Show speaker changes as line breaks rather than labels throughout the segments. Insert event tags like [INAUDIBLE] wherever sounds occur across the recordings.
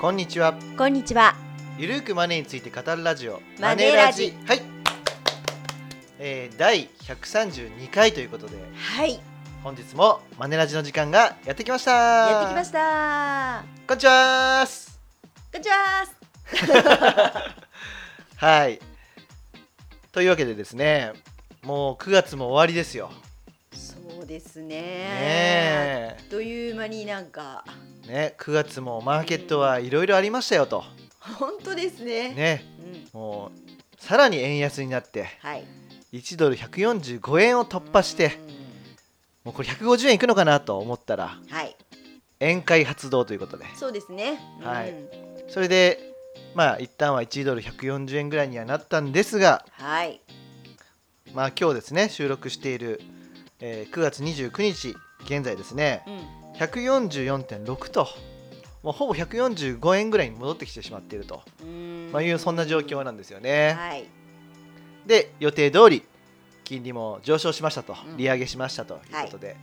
こんにちは
こんにちは。
ゆるーくマネーについて語るラジオ
マネラジ
はい、えー、第132回ということで
はい。
本日もマネラジの時間がやってきました
やってきました。
こんにちはーす
こんにちは。
はいというわけでですねもう9月も終わりですよ
そうです
ね
ね。
え
あっという間になんか
ね9月もマーケットはいろいろありましたよと
本当ですね。
ね
うん。
もうさらに円安になって
はい。
1ドル145円を突破してもうこれ150円いくのかなと思ったら
うん。はい。
宴会発動ということで
そうですね。
はい
うん。
それでまあ一旦は1ドル140円ぐらいにはなったんですが
はい。
まあ今日ですね収録している、えー9月29日現在ですね
うん。
144.6ともうほぼ145円ぐらいに戻ってきてしまっていると、
うん
まあ、いうそんな状況なんですよね。
はい。
で予定通り金利も上昇しましたと
うん
利上げしましたということで、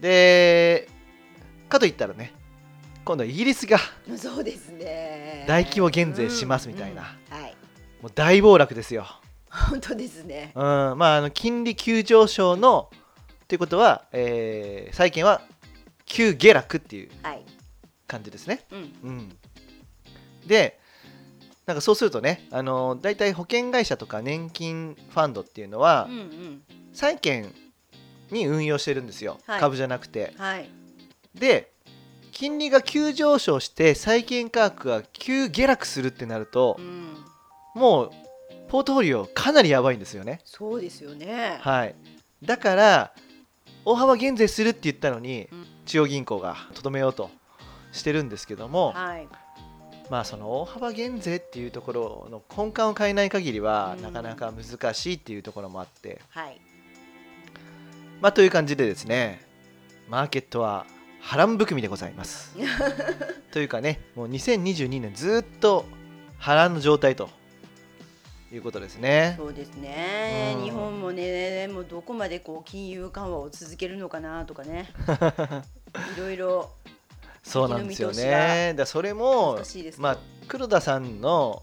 でかといったらね今度はイギリスが
そうですね。
大規模減税しますみたいな
うん。うんはい。
もう大暴落ですよ。
本当ですね
う。んまあ、あの金利急上昇のということは、えー債券は急下落っていう
はい。
感じですね。
うん。
うん、でなんかそうするとね、あの大体保険会社とか年金ファンドっていうのは
うんうん。
債券に運用してるんですよ、
はい
株じゃなくて。
はい。
で金利が急上昇して債券価格が急下落するってなると
う、ん。
もうポートフォリオかなりやばいんですよね。
そうですよね。
はい、だから大幅減税するって言ったのに
うん
中央銀行がとどめようとしてるんですけども、
はい。
まあ、その大幅減税っていうところの根幹を変えない限りは、
うん
なかなか難しいっていうところもあって、
はい。
まあ、という感じでですねマーケットは波乱含みでございます
[LAUGHS]
というかねもう2022年ずっと波乱の状態ということですね。
そうですね、
うん
日本もねもうどこまでこう金融緩和を続けるのかなと
[LAUGHS]
かねいろいろ
そうなんですよ
先の見通し
ね。だからそれも
難しいですけど
まあ黒田さんの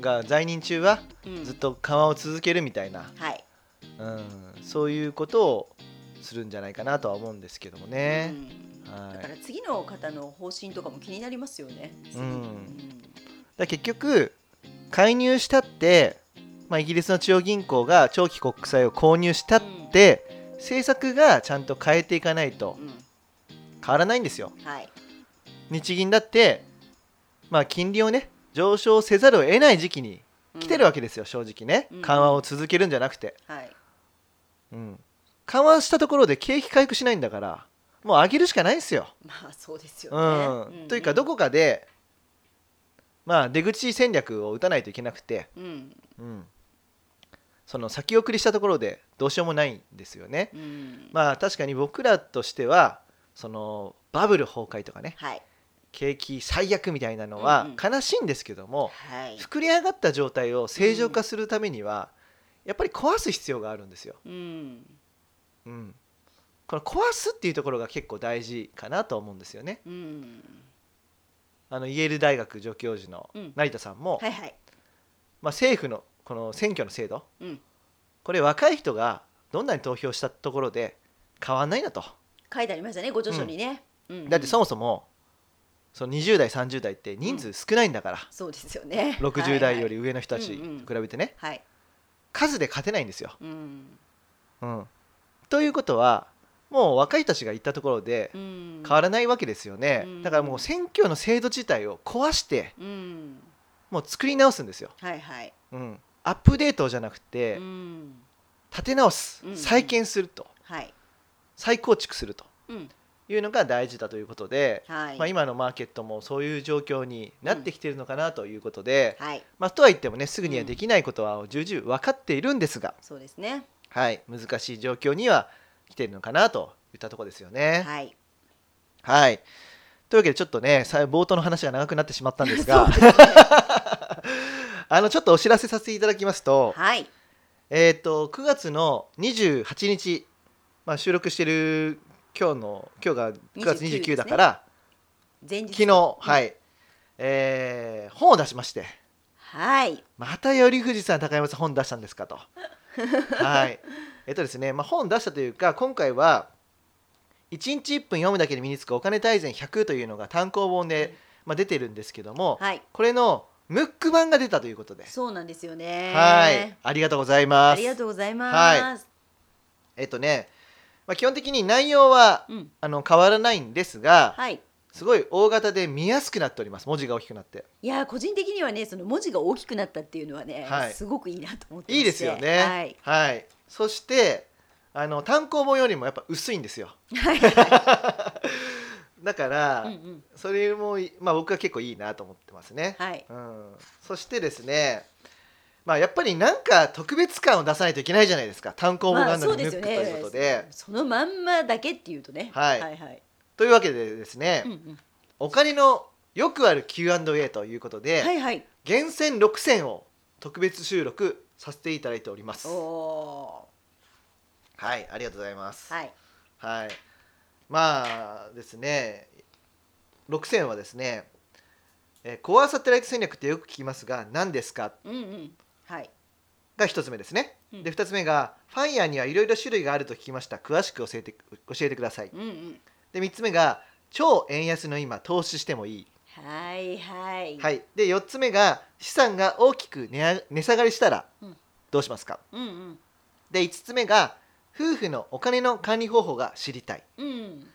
が在任中は
うん
ずっと緩和を続けるみたいな、
はい、
うん、そういうことをするんじゃないかなとは思うんですけどもね
う。ん
はい。
だ
だか
か
ら
次の方の方針とかも気になりますよね、次
うんら結局介入したって、まあイギリスの中央銀行が長期国債を購入したって、政策がちゃんと変えていかないと
うんうん
変わらないんですよ。
はい
日銀だってまあ金利をね上昇せざるを得ない時期に来てるわけですよ、正直ね
うん
緩和を続けるんじゃなくて、
うんはい
うん、緩和したところで景気回復しないんだからもう上げるしかないですよ、
まあそうですよ
う
ね、
んというかどこかで、まあ、出口戦略を打たないといけなくて、
うん
うん、その先送りしたところでどうしようもないんですよね、
うん
まあ確かに僕らとしてはそのバブル崩壊とかね
はい
景気最悪みたいなのは
うん
悲しいんですけども、
はい
膨れ上がった状態を正常化するためには、やっぱり壊す必要があるんですよ、
うん
うん、この壊すっていうところが結構大事かなと思うんですよね
うん
あのイェール大学助教授の
うん
成田さんも、
はいはい
まあ、政府のこの選挙の制度
うん
これ若い人がどんなに投票したところで変わんないなと
書いてありましたねご著書にね、うん
だってそ
うん
もそもその20代30代って人数少ないんだから、
そうですよね
60代よ
り
り上の人たちと
うんうん
比べてね
はい、
数で勝てないんですよ
うん
うん、ということはもう若い人たちが行ったところで
うん、
変わらないわけですよね、
うん
だからもう選挙の制度自体を壊して
うん
もう作り直すんですよ、
はいはい、
うん、アップデートじゃなくて
うん
立て直す
うん
再建すると
はい、
再構築すると
うん
いうのが大事だということで、
はい、
まあ、今のマーケットもそういう状況になってきているのかなということで、
はい、
まあ、とはいってもねすぐにはできないことは重々分かっているんですが、
そうですね。
はい、難しい状況には来ているのかなといったところですよね。
はい。
はい。というわけでちょっとねさ冒頭の話が長くなってしまったんです
[LAUGHS]
があのちょっとお知らせさせていただきますと,、
はい。
えー、と9月の28日、まあ、収録してる今日の今日が9月
29
29だから、
前日
昨日、はいえー本を出しまして
はい
またより富士山高山さん本出したんですか
[LAUGHS]
とはいえっとですね、まあ、本出したというか今回は1日1分読むだけで身につくお金大全100というのが単行本で、まあ、出てるんですけども、
はい
これのムック版が出たということで、
そうなんですよね
はいありがとうございま
あ
す
りがとうございます、
はえっとね、まあ、基本的に内容は
うん
あの変わらないんですが、
はい
すごい大型で見やすくなっております文字が大きくなって
いやー個人的にはねその文字が大きくなったっていうのはね、
はい
すごくいいなと思ってまして
いいですよね
はい、
はいそしてあの単行本よりもやっぱ薄いんですよ
はい
[LAUGHS] だから、
うんうん
それもい、まあ、僕は結構いいなと思ってますね、
はい
うん、そしてですねまあやっぱりなんか特別感を出さないといけないじゃないですか単行本があるのにムックということで,、
そのまんまだけっていうとね、
はい
はいはい
というわけでですね、
うんうん
お金のよくある Q&A ということで、
はいはい
厳選6選を特別収録させていただいております
おお
はいありがとうございます
ーはい
はい、まあですね6000はですね、えーコアサテライト戦略ってよく聞きますが何ですか
うんうんはい
が1つ目ですね、
うん
で2つ目がファイヤーにはいろいろ種類があると聞きました詳しく教えて教えてください
うんうん
で3つ目が超円安の今投資してもいい、
はいはい
はいい、で4つ目が資産が大きく値上値下がりしたら
うん
どうしますか
うんうん
で5つ目が夫婦のお金の管理方法が知りたい
うん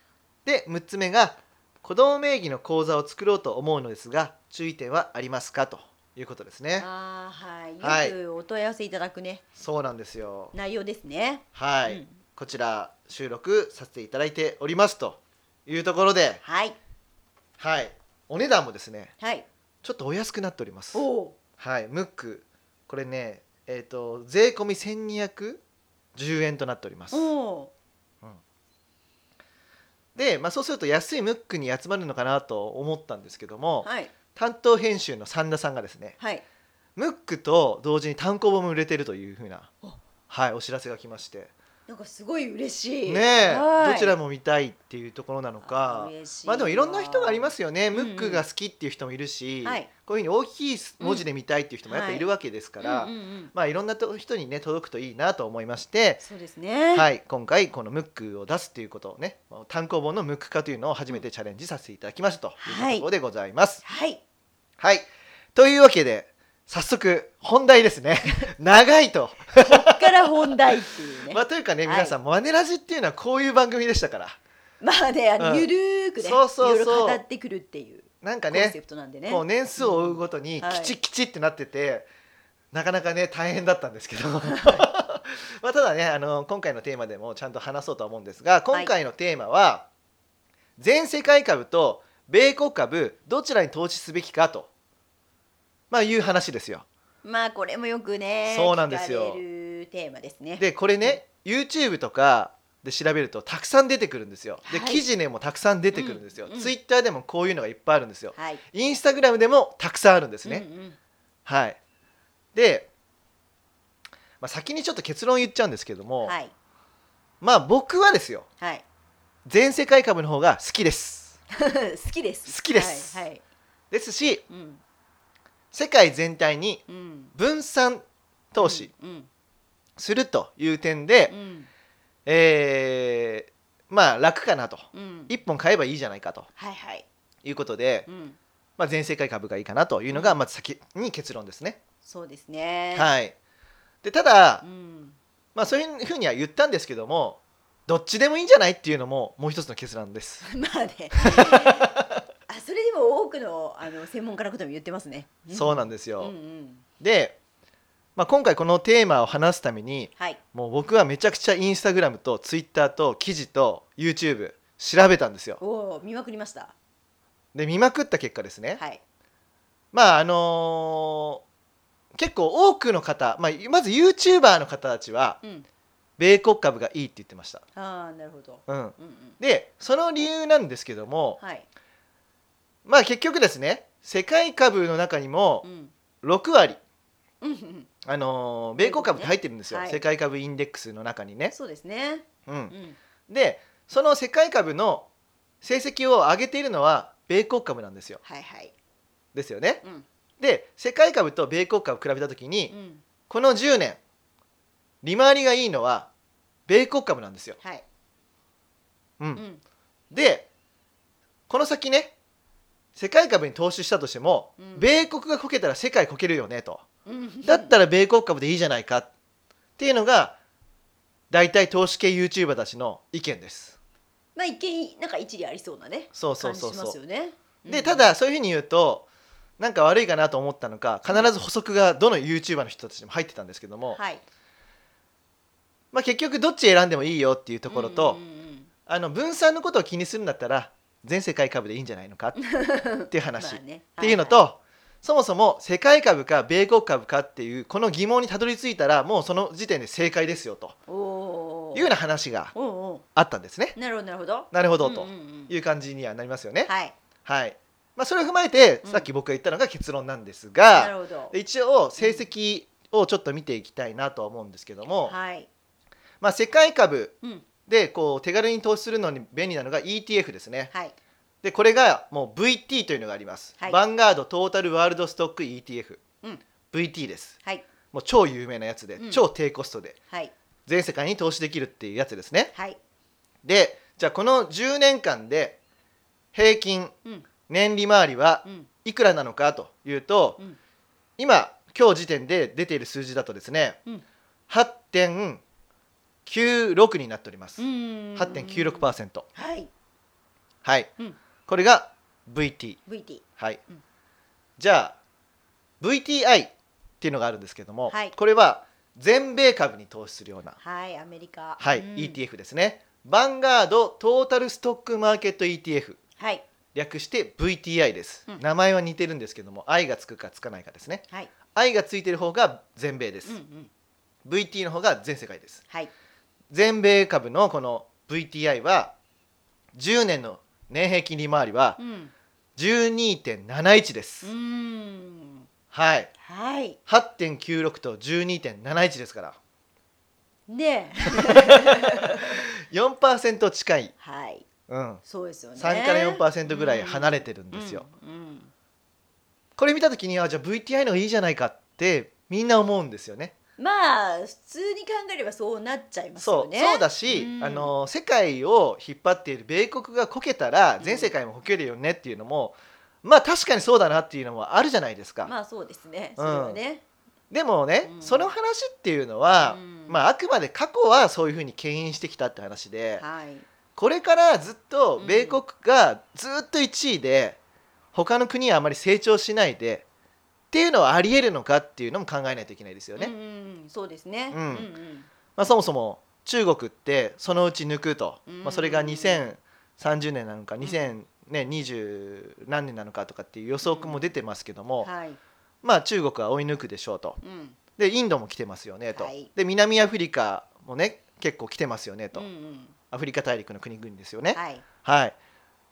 で6つ目が子供名義の口座を作ろうと思うのですが注意点はありますかということですね
あーは
はいい
よくお問い合わせいただくね
そうなんですよ
内容ですね
はい、
うん
こちら収録させていただいておりますというところで
はい
はいお値段もですね
はい
ちょっとお安くなっております
おお
はいムックこれねえっ、と税込み1210円となっております
おお
で、まあ、そうすると安いムックに集まるのかなと思ったんですけども、
ーはい
担当編集の三田さんがですね
はい
ムックと同時に単行本も売れてるというふうな
あ、
はい、お知らせが来まして
なんかすごい嬉しい
ねえ
はい
どちらも見たいっていうところなの
あ
か
嬉し
まあでもいろんな人がありますすよね
ん
ム
うん
ックが好きっていう人もいるし、
はい
こういうふうに大きい文字で見たいっていう人もやっぱいるわけですから、
うんうんうん
まあいろんなと人にね届くといいなと思いまして、
そうですね
はい、今回このムックを出すっていうことをね単行本のムック化というのを初めてチャレンジさせていただきましたというところでございます。
はい
はい。というわけで、早速、本題です
[LAUGHS]
ね。長いと。
こっから本題っていうね
まあ、というかね、
はい
皆さん、マネラジっていうのはこういう番組でしたから。
まあねあの
うん
ゆるーくねい
そうそうそう
ろいろ語ってくるっていう
なん
コ
か
ンセ
ね、
プトなんでね
こう年数を追うごとに、
うんは
き
い
ちきちってなってて、なかなかね、大変だったんですけど。 [LAUGHS] まあ、ただね、あの、今回のテーマでもちゃんと話そうとは思うんですが、今回のテーマは、全世界株と米国株、どちらに投資すべきかと、まあ、いう話ですよ。
まあこれもよくね
そうなんですよ
聞かれるテーマですね
でこれね YouTube とかで調べるとたくさん出てくるんですよで
はい
記事ねもたくさん出てくるんですよ、
うんうん
Twitter でもこういうのがいっぱいあるんですよ
はい
インスタグラムでもたくさんあるんですね、
うんうん
はいで、まあ、先にちょっと結論言っちゃうんですけども、
はい
まあ僕はですよ
はい [LAUGHS]
全世界株の方が好きです
好きで
好
す
きです
はいはい
ですし
うん
世界全体に
うん
分散投資
うん
するという点で、
うん
えーまあ楽かなと
うん
1本買えばいいじゃないかと
はいはい
いうことで、
うん
まあ、全世界株がいいかなというのがまず先に結論ですね。
そうですね
はい、でただ
う、ん [LAUGHS]
まあ、そういうふうには言ったんですけどもどっちでもいいんじゃないっていうのももう一つの決断です。
まあ
[LAUGHS]
ねあそれでも多くのあの専門家のことも言ってますね
そうなん
で
ですよ、
うんうん
で、まあ、今回このテーマを話すために
はい
もう僕はめちゃくちゃインスタグラムとツイッターと記事と YouTube 調べたんですよ。
おお見まくりました
で見まくった結果ですね、
はい
まああのー結構多くの方、まあ、まず YouTuber の方たちは
うん
米国株がいいって言ってました。
ああなるほど
うん
うんうん
でその理由なんですけども、
はい
まあ結局ですね世界株の中にも
うん
6割、
うんうん
あのー米国株って入ってるんですよ、
はい
世界株インデックスの中にね。
そうですね
う、
うんん
でその世界株の成績を上げているのは米国株なんですよ。
はいはい
ですよね
うん
で世界株と米国株比べた時に、
うん
この10年利回りがいいのは米国株なんですよ、
はい
うん
うん
でこの先ね世界株に投資したとしても、
うん
米国がこけたら世界こけるよねと
うん
だったら米国株でいいじゃないかっていうのが大体投資系 YouTuber たちの意見です
まあ一見なんか一理ありそうなね
そうそ
感
う
じ
そう
しま
そ
す
う
よね。う
で
ん
ただそういうふうに言うとなんか悪いかなと思ったのか必ず補足がどの YouTuber の人たちにも入ってたんですけども、
はい
まあ、結局どっち選んでもいいよっていうところと、
うんうん
あの分散のことを気にするんだったら全世界株でいいんじゃないの
[LAUGHS]
かっていう
うん
話
まあね
っていうのと、そもそも世界株か米国株かっていうこの疑問にたどり着いたらもうその時点で正解ですよと
はいはいお
い
ー
うような話が
おうお
あったんですね。
うなるほどなるほど。
なるほど
うん
と
うんうん
いう感じにはなりますよね。
はい
はいまあ、それを踏まえて
うん
さっき僕が言ったのが結論なんです
な
が、
るほど。
一応成績をちょっと見ていきたいなとは思うんですけども、
はい
まあ、世界株
うん
でこう手軽に投資するのに便利なのが ETF ですね。
はい
でこれがもう VT というのがあります、
はい
バンガードトータルワールドストック ETF、
うん
VT です
はい
もう超有名なやつで、
うん
超低コストで
はい
全世界に投資できるっていうやつですね
はい
でじゃあこの10年間で平均
うん
年利回りは
うん
いくらなのかというと、
うん
今今日時点で出ている数字だとですね、
うん
8.96になっております、
うんうんうん
8.96%
はい
はい、
うん
これが VT
VT
はい、
うん
じゃあ VTI っていうのがあるんですけども、
はい
これは全米株に投資するような、
はいアメリカ
はい
うん
ETF ですねバンガードトータルストックマーケット ETF
はい
略して VTI です、
うん
名前は似てるんですけども I がつくかつかないかですね
はい
I がついてる方が全米で
うんう
す、
ん
VT の方が全世界です
はい
全米株のこの VTI は10年の年平均利回りは
うん
12.71です、
うん
はい
はい
8.96と12.71ですから
ねえ
4%近い、
はい
うん、
そうですよね
3から4%ぐらい離
れ
れてるんですよ、
うん
これ見た時にはじゃあ VTI の方がいいじゃないかってみんな思うんですよね
うんまあ普通に考えればそうなっちゃいます
そ
よ
う
ね
そうだし、
うん
あの世界を引っ張っている米国がこけたら全世界もこけるよねっていうのも、まあ確かにそうだなっていうのもあるじゃないですか、
まあそうですねそれはね
でもね、
うん
その話っていうのは、
うん
まああくまで過去はそういうふうに牽引してきたって話で、
はい
これからずっと米国がずっと1位で、他の国はあまり成長しないでっていうのはありえるのかっていうのも考えないといけないですよね、
うんうんそうですね
うん
ん
まあ、そもそも中国ってそのうち抜くと、
うん
まあ、それが2030年なのか2020年何年なのかとかっていう予測も出てますけど
うん
も、
はい
まあ、中国は追い抜くでしょうと
うん
でインドも来てますよねと、
はい
で南アフリカもね結構来てますよねと、
うんうん
アフリカ大陸の国々ですよね。
はい
はい、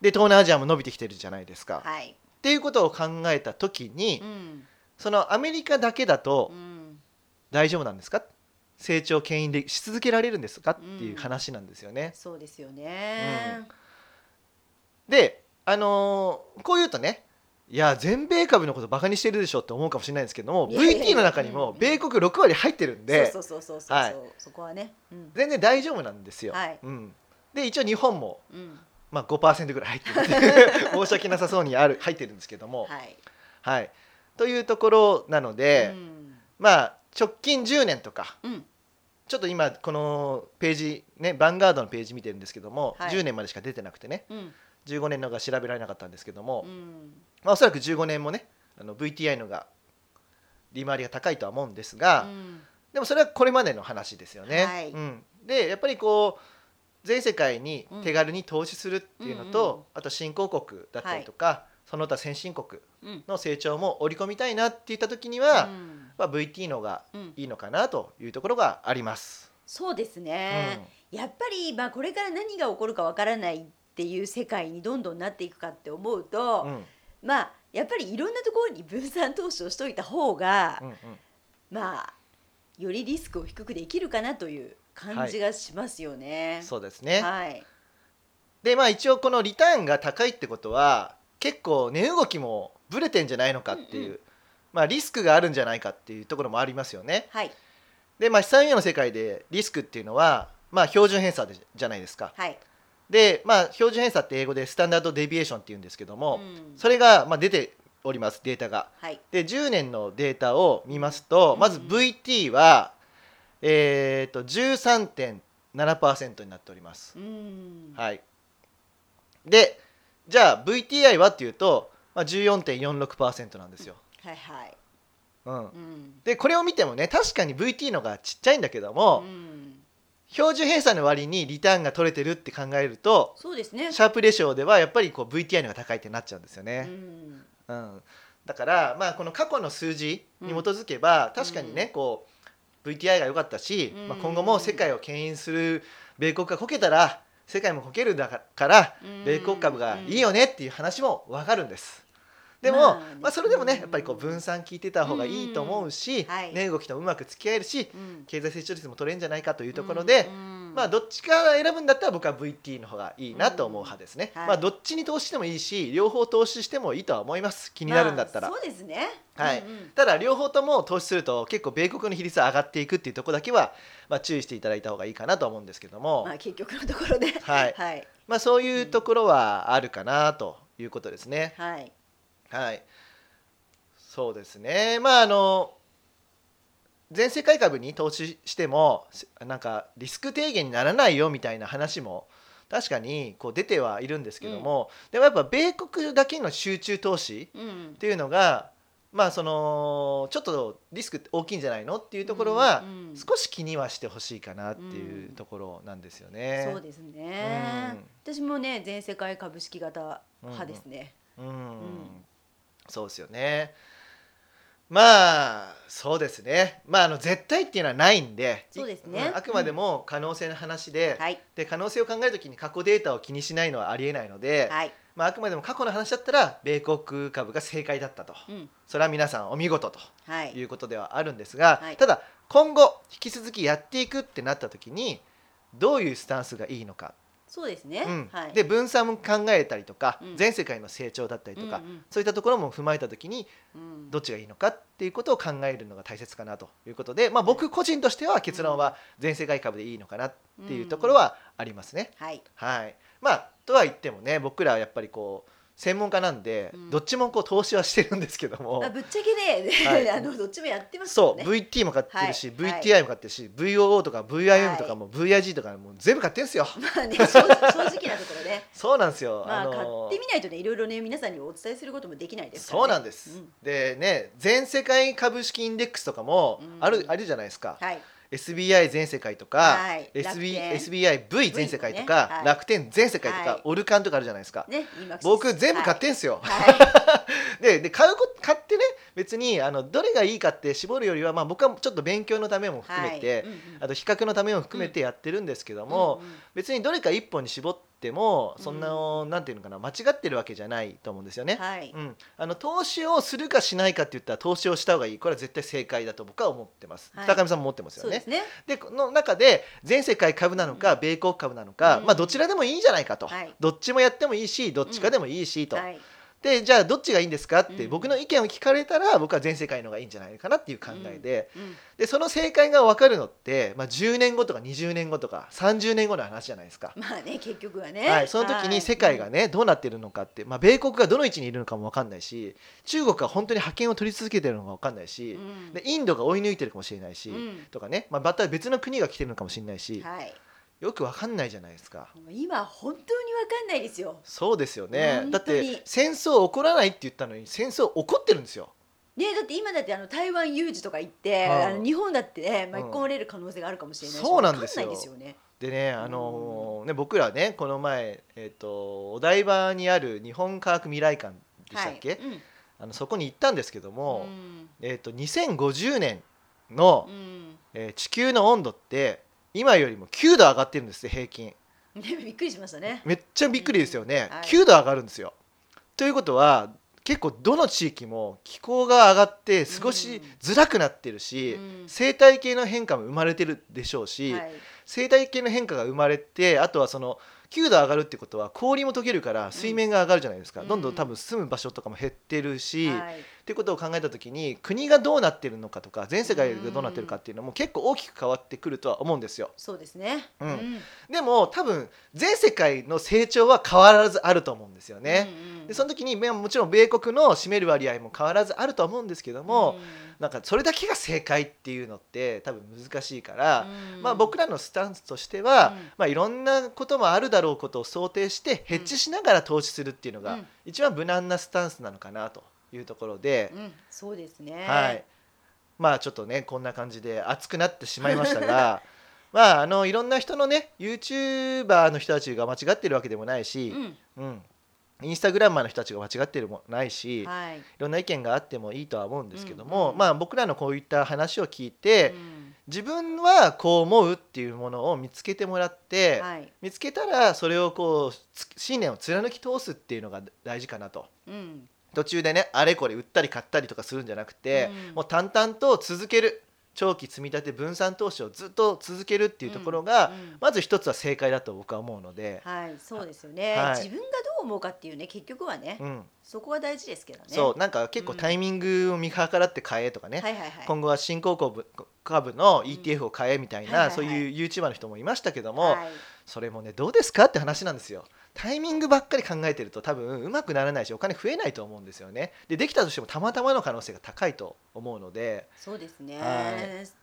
で東南アジアも伸びてきてるじゃないですか。
はい
っていうことを考えた時に、
うん
そのアメリカだけだと
うん
大丈夫なんですか成長を牽引でし続けられるんですかっていう話なんですよね。
そうですよね
で、あのーこう言うとねいや全米株のことバカにしてるでしょって思うかもしれないですけども
いやいやいや
VT の中に
うん
も
うん
米国6割入ってるんで
そうそうそうそう
は
そ
いう
そこはねうん
全然大丈夫なんですよ。
はい
うん、で一応日本も、
うん
まあ、5%ぐらい入ってるってい
[LAUGHS]
う申し訳なさそうにある入ってるんですけども。
はい
はい、というところなので。
うん
まあ直近10年とか
うん
ちょっと今このページねバンガードのページ見てるんですけども、
はい
10年までしか出てなくてね
うん
15年のが調べられなかったんですけども、
うん
まあ、おそらく15年もねあの VTI のが利回りが高いとは思うんですが、
うん
でもそれはこれまでの話ですよね。
はい
うん、でやっぱりこう全世界に手軽に投資するっていうのと、
うんうんうん
あと新興国だったりとか、その他先進国
うん
の成長も織り込みたいなって言った時には、
うん
まあ、VT のが
うん
いいのかなというところがあります。
そうですねやっぱりまあこれから何が起こるかわからないっていう世界にどんどんなっていくかって思う
うん
と
うん
まあやっぱりいろんなところに分散投資をしといた方が
うんうん
まあよりリスクを低くできるかなという感じがしますよね。
そうですね、
はい。
でまあ一応このリターンが高いってことは結構値動きもブレてんじゃないのかっていう、
うんう
まあ、リスクがあるんじゃないかっていうところもありますよね。
はい
で、まあ、資産運用の世界でリスクっていうのは、まあ、標準偏差でじゃないですか。
はい、
で、まあ、標準偏差って英語でスタンダードデビエーションっていうんですけど
う
も、
ん、
それが、まあ、出ておりますデータが。
はい
で10年のデータを見ますと、まず
うん
VT は、えー、と13.7%になっております。
うん
はい、でじゃあ VTI はっていうと、まあ、14.46%なんですよ。
はいはい
うん、
うん
でこれを見てもね確かに VT のがちっちゃいんだけども、
うん
標準偏差の割にリターンが取れてるって考えると
そうですね
シャープレシオではやっぱりこう VTI のが高いってなっちゃうんですよ
う
ね。
ん
うん、だから、まあ、この過去の数字に基づけば、確かにねこう VTI が良かったし、
うん
まあ、今後も世界を牽引する米国がこけたら世界もこけるだから
うん
米国株がいいよねっていう話も分かるんです。でも、
ま
ま
あ
あ
ね
それでも
う
ね
ん
やっぱりこう分散聞いてた方がいいと思うし、
うんはい
値動きとうまく付き合えるし
うん
経済成長率も取れるんじゃないかというところで、
うん
まあ、どっちか選ぶんだったら僕は VT の方がいいなと思う派ですね、
うんはい
まあ、どっちに投資してもいいし両方投資してもいいとは思います気になるんだったら、
まあそうですね
はい
うんうん
ただ両方とも投資すると結構米国の比率は上がっていくっていうところだけは、まあ、注意していただいた方がいいかなと思うんですけども、
まあ結局のところでは
はい
はい
まあ、そういうところはあるかなということですね
はい
はいそうですねまああの全世界株に投資してもせなんかリスク低減にならないよみたいな話も確かにこう出てはいるんですけども、でもやっぱ米国だけの集中投資
うん
っていうのがまあそのちょっとリスクって大きいんじゃないのっていうところは
うんうん
少し気にはしてほしいかなっていうところなんですよね。
そうですね私もね全世界株式型派ですね
うん
ん
そうですよね。まあそうですね。まああの絶対っていうのはないんで、
そうですね
んあくまでも可能性の話で、
はい
で可能性を考えるときに過去データを気にしないのはありえないので、
はい
まああくまでも過去の話だったら米国株が正解だったと、
うん
それは皆さんお見事と
は
いう
い
ことではあるんですが、
はい
ただ今後引き続きやっていくってなったときにどういうスタンスがいいのか、
そうですね
うん
はい
で分散も考えたりとか、
うん
全世界の成長だったりとか、
うん
そういったところも踏まえた時に
うんうん
どっちがいいのかっていうことを考えるのが大切かなということで、まあ、僕個人としては結論は全世界株でいいのかなっていうところはありますね。
はい
はいまあ、とは言ってもね僕らはやっぱりこう専門家なんで、
うん
どっちもこう投資はしてるんですけども
まあ。ぶっちゃけね、
はい
[LAUGHS] あのどっちもやってます
そ
よ
う
ね。
VT も買ってるし、
はい
VTI も買ってるし VOO とか VIM とかも、VIG とかも全部買ってるんですよ
まあね正 [LAUGHS] 正直なところね。
そうなんですよ、
まあ、
の
買ってみないとねいろいろね皆さんにお伝えすることもできないですから、ね、
そうなんです、
うん
でね全世界株式インデックスとかもある,、
うん
あるじゃないですか、
はい
SBI 全世界とか、
はい
SB
楽天
SBIV 全世界と
もね
か、
はい
楽天全世界とか、
はい
オルカンとかあるじゃないですか、
ねインマックス
僕全部買っ、てんすよ、
はいは
でで買うこ買ってね別にあのどれがいいかって絞るよりは、まあ、僕はちょっと勉強のためも含めて、
はいうんうん
あと比較のためも含めてやってるんですけども、
うんうん
別にどれか一本に絞ってもそんな、なんていうのかな間違ってるわけじゃないと思うんですよね。
はい、
うん、あの投資をするかしないかって言ったら投資をした方がいいこれは絶対正解だと僕は思ってます、
はい
高見さんも思ってますよ
そう
ね
ですね。
でこの中で全世界株なのか米国株なのか、
うん
まあ、どちらでもいいんじゃないかと、
はい
どっちもやってもいいしどっちかでもいいしと、
はい、
でじゃあどっちがいいんですかって
うん
僕の意見を聞かれたら僕は全世界の方がいいんじゃないかなっていう考えで,、
うん
でその正解が分かるのって、まあ、10年後とか20年後とか30年後の話じゃないですか。
まあね結局はね、
はい、その時に世界が
ね、
ね、どうなってるのかって、まあ、米国がどの位置にいるのかも分かんないし中国が本当に覇権を取り続けてるのか分かんないし、
うん
でインドが追い抜いてるかもしれないし、
うん
とかね、まあ、また別の国が来てるのかもしれないし、
はい、
よく分かんないじゃないですか。
もう今本当にわかんないですよ。
そうですよね
本当に
だって戦争起こらないって言ったのに戦争起こってるんですよ。
ねだって今だってあの台湾有事とか言っ
は
て、
い
あの日本だってね巻き込まれる可能性があるかもしれないし、
そうなんですよ
わかんないですよね。
でね,、あのーね僕らねこの前、えー、とお台場にある日本科学未来館でしたっけ、
はい、うん
あのそこに行ったんですけども、
うん
えー、と2050年の、
うん
えー地球の温度って今よりも9度上がってるんですよ平均
ね、びっくりしましたね。
めっちゃびっくりですよね、
うんはい
9度上がるんですよということは結構どの地域も気候が上がって少しづらくなってるし、
うん
生態系の変化も生まれてるでしょうし、
はい
生態系の変化が生まれてあとはその9度上がるってことは氷も溶けるから水面が上がるじゃないですか、
うん
どんどん多分住む場所とかも減ってるし、っ
はい
ていうことを考えた時に国がどうなってるのかとか全世界がどうなってるかっていうのも結構大きく変わってくるとは思うんですよ
そうですね。
うんでも多分全世界の成長は変わらずあると思うんですよね、
うんうん
でその時にまあもちろん米国の占める割合も変わらずあるとは思うんですけども、なんかそれだけが正解っていうのって多分難しいから、
うん
まあ、僕らのスタンスとしては、
うん
まあ、いろんなこともあるだろうことを想定してヘッジしながら投資するっていうの
う
が
ん
一番無難なスタンスなのかなというところで
う、ん、そうですね。
はい、まあちょっとねこんな感じで熱くなってしまいましたが [LAUGHS] まああのいろんな人のね YouTuber の人たちが間違ってるわけでもないし
う、ん、
うん、インスタグラマーの人たちが間違ってるもないし、
はい。
いろんな意見があってもいいとは思うんですけど
う
も、
んうん
まあ、僕らのこういった話を聞いて、
うん
自分はこう思うっていうものを見つけてもらって、
はい。
見つけたらそれをこうつ信念を貫き通すっていうのが大事かなと
うん、
途中でねあれこれ売ったり買ったりとかするんじゃなくて、
うん
もう淡々と続ける長期積み立て分散投資をずっと続けるっていうところが、
うん
まず一つは正解だと僕は思うので、
はい、そうですよね、
はい
自分がどう思うかっていうね、結局はね、
うん
そこは大事ですけどね。
そうなんか結構
うん
タイミングを見計らって買えとかね、
はいはいはい。
今後は新興国株の ETF を買えみたい
はいはい
な、
はい
そういう YouTuber の人もいましたけども、
はい
それもねどうですかって話なんですよタイミングばっかり考えてると多分うまくならないしお金増えないと思うんですよねでできたとしてもたまたまの可能性が高いと思うので
そうですね、
は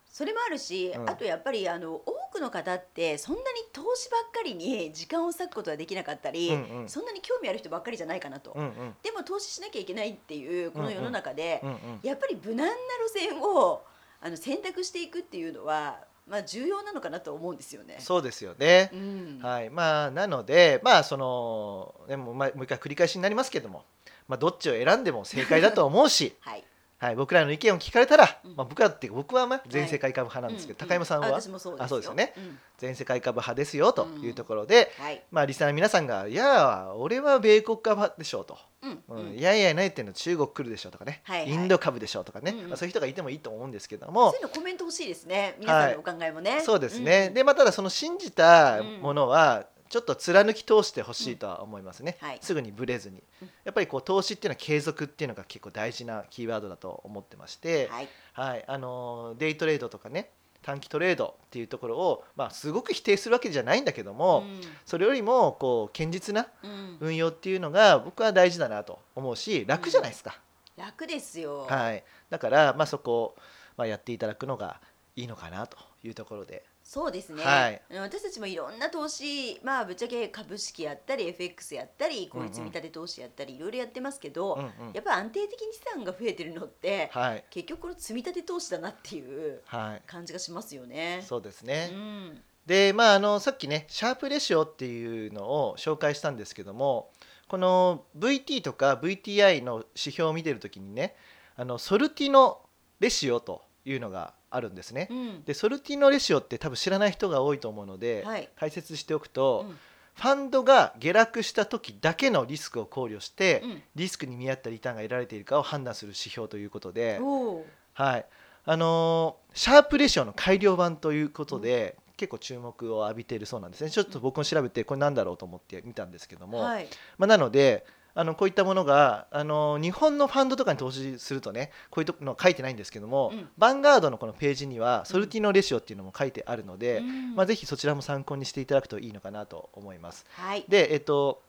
それもあるし、
うん
あとやっぱりあの多くの方ってそんなに投資ばっかりに時間を割くことはできなかったり、
うんうん
そんなに興味ある人ばっかりじゃないかなと、
うんうん
でも投資しなきゃいけないっていうこの世の中で、
うんうん
やっぱり無難な路線をあの選択していくっていうのは、まあ、重要なのかなと思うんですよね。
そうですよね
う、ん
はいまあなのでまあそのでもまあもう一回繰り返しになりますけども、まあ、どっちを選んでも正解だと思う
[LAUGHS]
し
はい、
はい、僕らの意見を聞かれたら、
うん
まあ、僕はっていうか僕はまあ全世界株派なんですけど、
う
高山さん
あ
は
私もそうですよ
あそうですよね、
うん
全世界株派ですよというところで、
はい、
まあ、リスナーの皆さんが「いやー俺は米国株派でしょ」と。
うん
うん
うん
いやいやないっていうのは中国来るでしょうとかね、
はいはい
インド株でしょうとかね、
うんうん
まあ、そういう人がいてもいいと思うんですけど
そ
も
ういうのコメント欲しいですね皆さんのお考えもね。
そうですね、
ん
でまあただその信じたものはちょっと貫き通してほしいとは思いますね、
うんはい
すぐにぶれずに
うん
やっぱりこう投資っていうのは継続っていうのが結構大事なキーワードだと思ってまして、
はい
はいあのーデイトレードとかね短期トレードっていうところを、まあ、すごく否定するわけじゃないんだけども、それよりもこう堅実な
うんうん
運用っていうのが僕は大事だなと思うし楽じゃないですか、
楽ですよ。
はい、だから、まあ、そこを、まあ、やっていただくのがいいのかなというところで、
そうですね、
はい
うん私たちもいろんな投資、まあ、ぶっちゃけ株式やったり FX やったりこう
うん
いう
うん
積み立て投資やったりいろいろやってますけど、
うんうん
やっぱ安定的に資産が増えてるのって、
はい
結局この積み立て投資だなっていう
はい、
感じがしますよね。
そうですね、
うん
で、まあ、あのさっきねシャープレシオっていうのを紹介したんですけどもこの VT とか VTI の指標を見てるときにねあのソルティのレシオというのがあるんですね
う。ん
でソルティのレシオって多分知らない人が多いと思うので、
はい
解説しておくと、
うん
ファンドが下落した時だけのリスクを考慮して、
うん
リスクに見合ったリターンが得られているかを判断する指標ということで、
おー
はいあのーシャープレシオの改良版ということで、結構注目を浴びているそうなんですねちょっと僕も調べてこれなんだろうと思って見たんですけども、
はい
まあ、なのであのこういったものが、あのー日本のファンドとかに投資するとねこういうとこの書いてないんですけども、
うん
バンガードのこのページにはソルティのレシオっていうのも書いてあるので、
うん
まあ、ぜひそちらも参考にしていただくといいのかなと思います。
はい
で、えっと、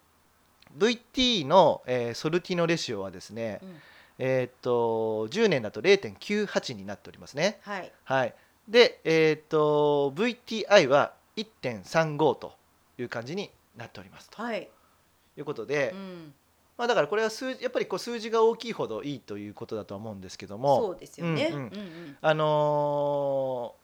VT の、えーソルティのレシオはですね、
うん
えーっと10年だと0.98になっておりますね。
はい
はい、で、えーっと VTI は1.35という感じになっておりますと
はい
いうことで、
うん
まあ、だからこれは数やっぱりこう数字が大きいほどいいということだとは思うんですけども。
そうですよね。
うんうん
うん
あの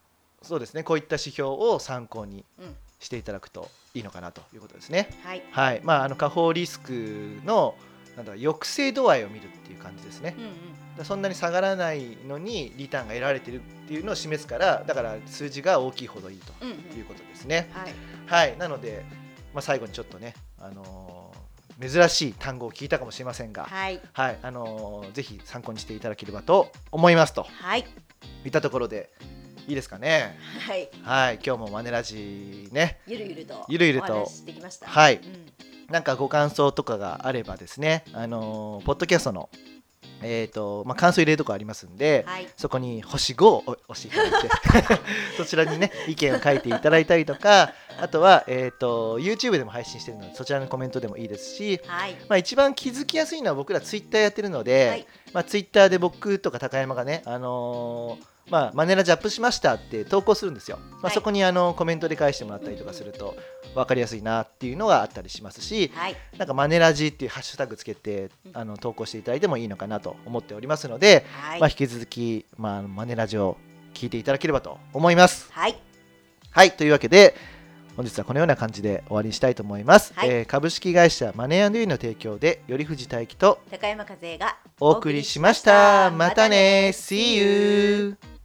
ーそうですねこういった指標を参考に
うん
していただくといいのかなということですね。
はい
はいまあ、あの下方リスクのなんだ抑制度合いを見るっていう感じですね
う。んうん
だからそんなに下がらないのにリターンが得られてるっていうのを示すからだから数字が大きいほどいいと
うんう
いうんことですね。
はい
はいなので、まあ、最後にちょっとね、あのー珍しい単語を聞いたかもしれませんが、はい
はい
あのーぜひ参考にしていただければと思いますと
はい
いったところでいいですかね
はい
はい今日もマネラジね
ゆるゆると
ゆるゆると
お話ししてきました
はい
うん
なんかご感想とかがあればですねあのーポッドキャストのえっ、とまあ感想入れるとこありますんで、
はい
そこに星5を押していただいて [LAUGHS] そちらにね意見を書いていただいたりとかあとは、えー、と YouTube でも配信してるのでそちらのコメントでもいいですし、
はい
まあ、一番気づきやすいのは僕ら Twitter やってるので、
はい
まあ、Twitter で僕とか高山がね、あのーまあ、マネラジアップしましたって投稿するんですよ、ま
は
あ、
い
そこにあのコメントで返してもらったりとかすると分かりやすいなっていうのがあったりしますし、
はい
なんかマネラジっていうハッシュタグつけてあの投稿していただいてもいいのかなと思っておりますので、
はい
まあ、引き続き、まあ、マネラジを聞いていただければと思います。
はい
はいというわけで本日はこのような感じで終わりにしたいと思います。
はい
えー株式会社マネーユーの提供で頼藤大樹と
高山和恵が
お送りしました。またね See you!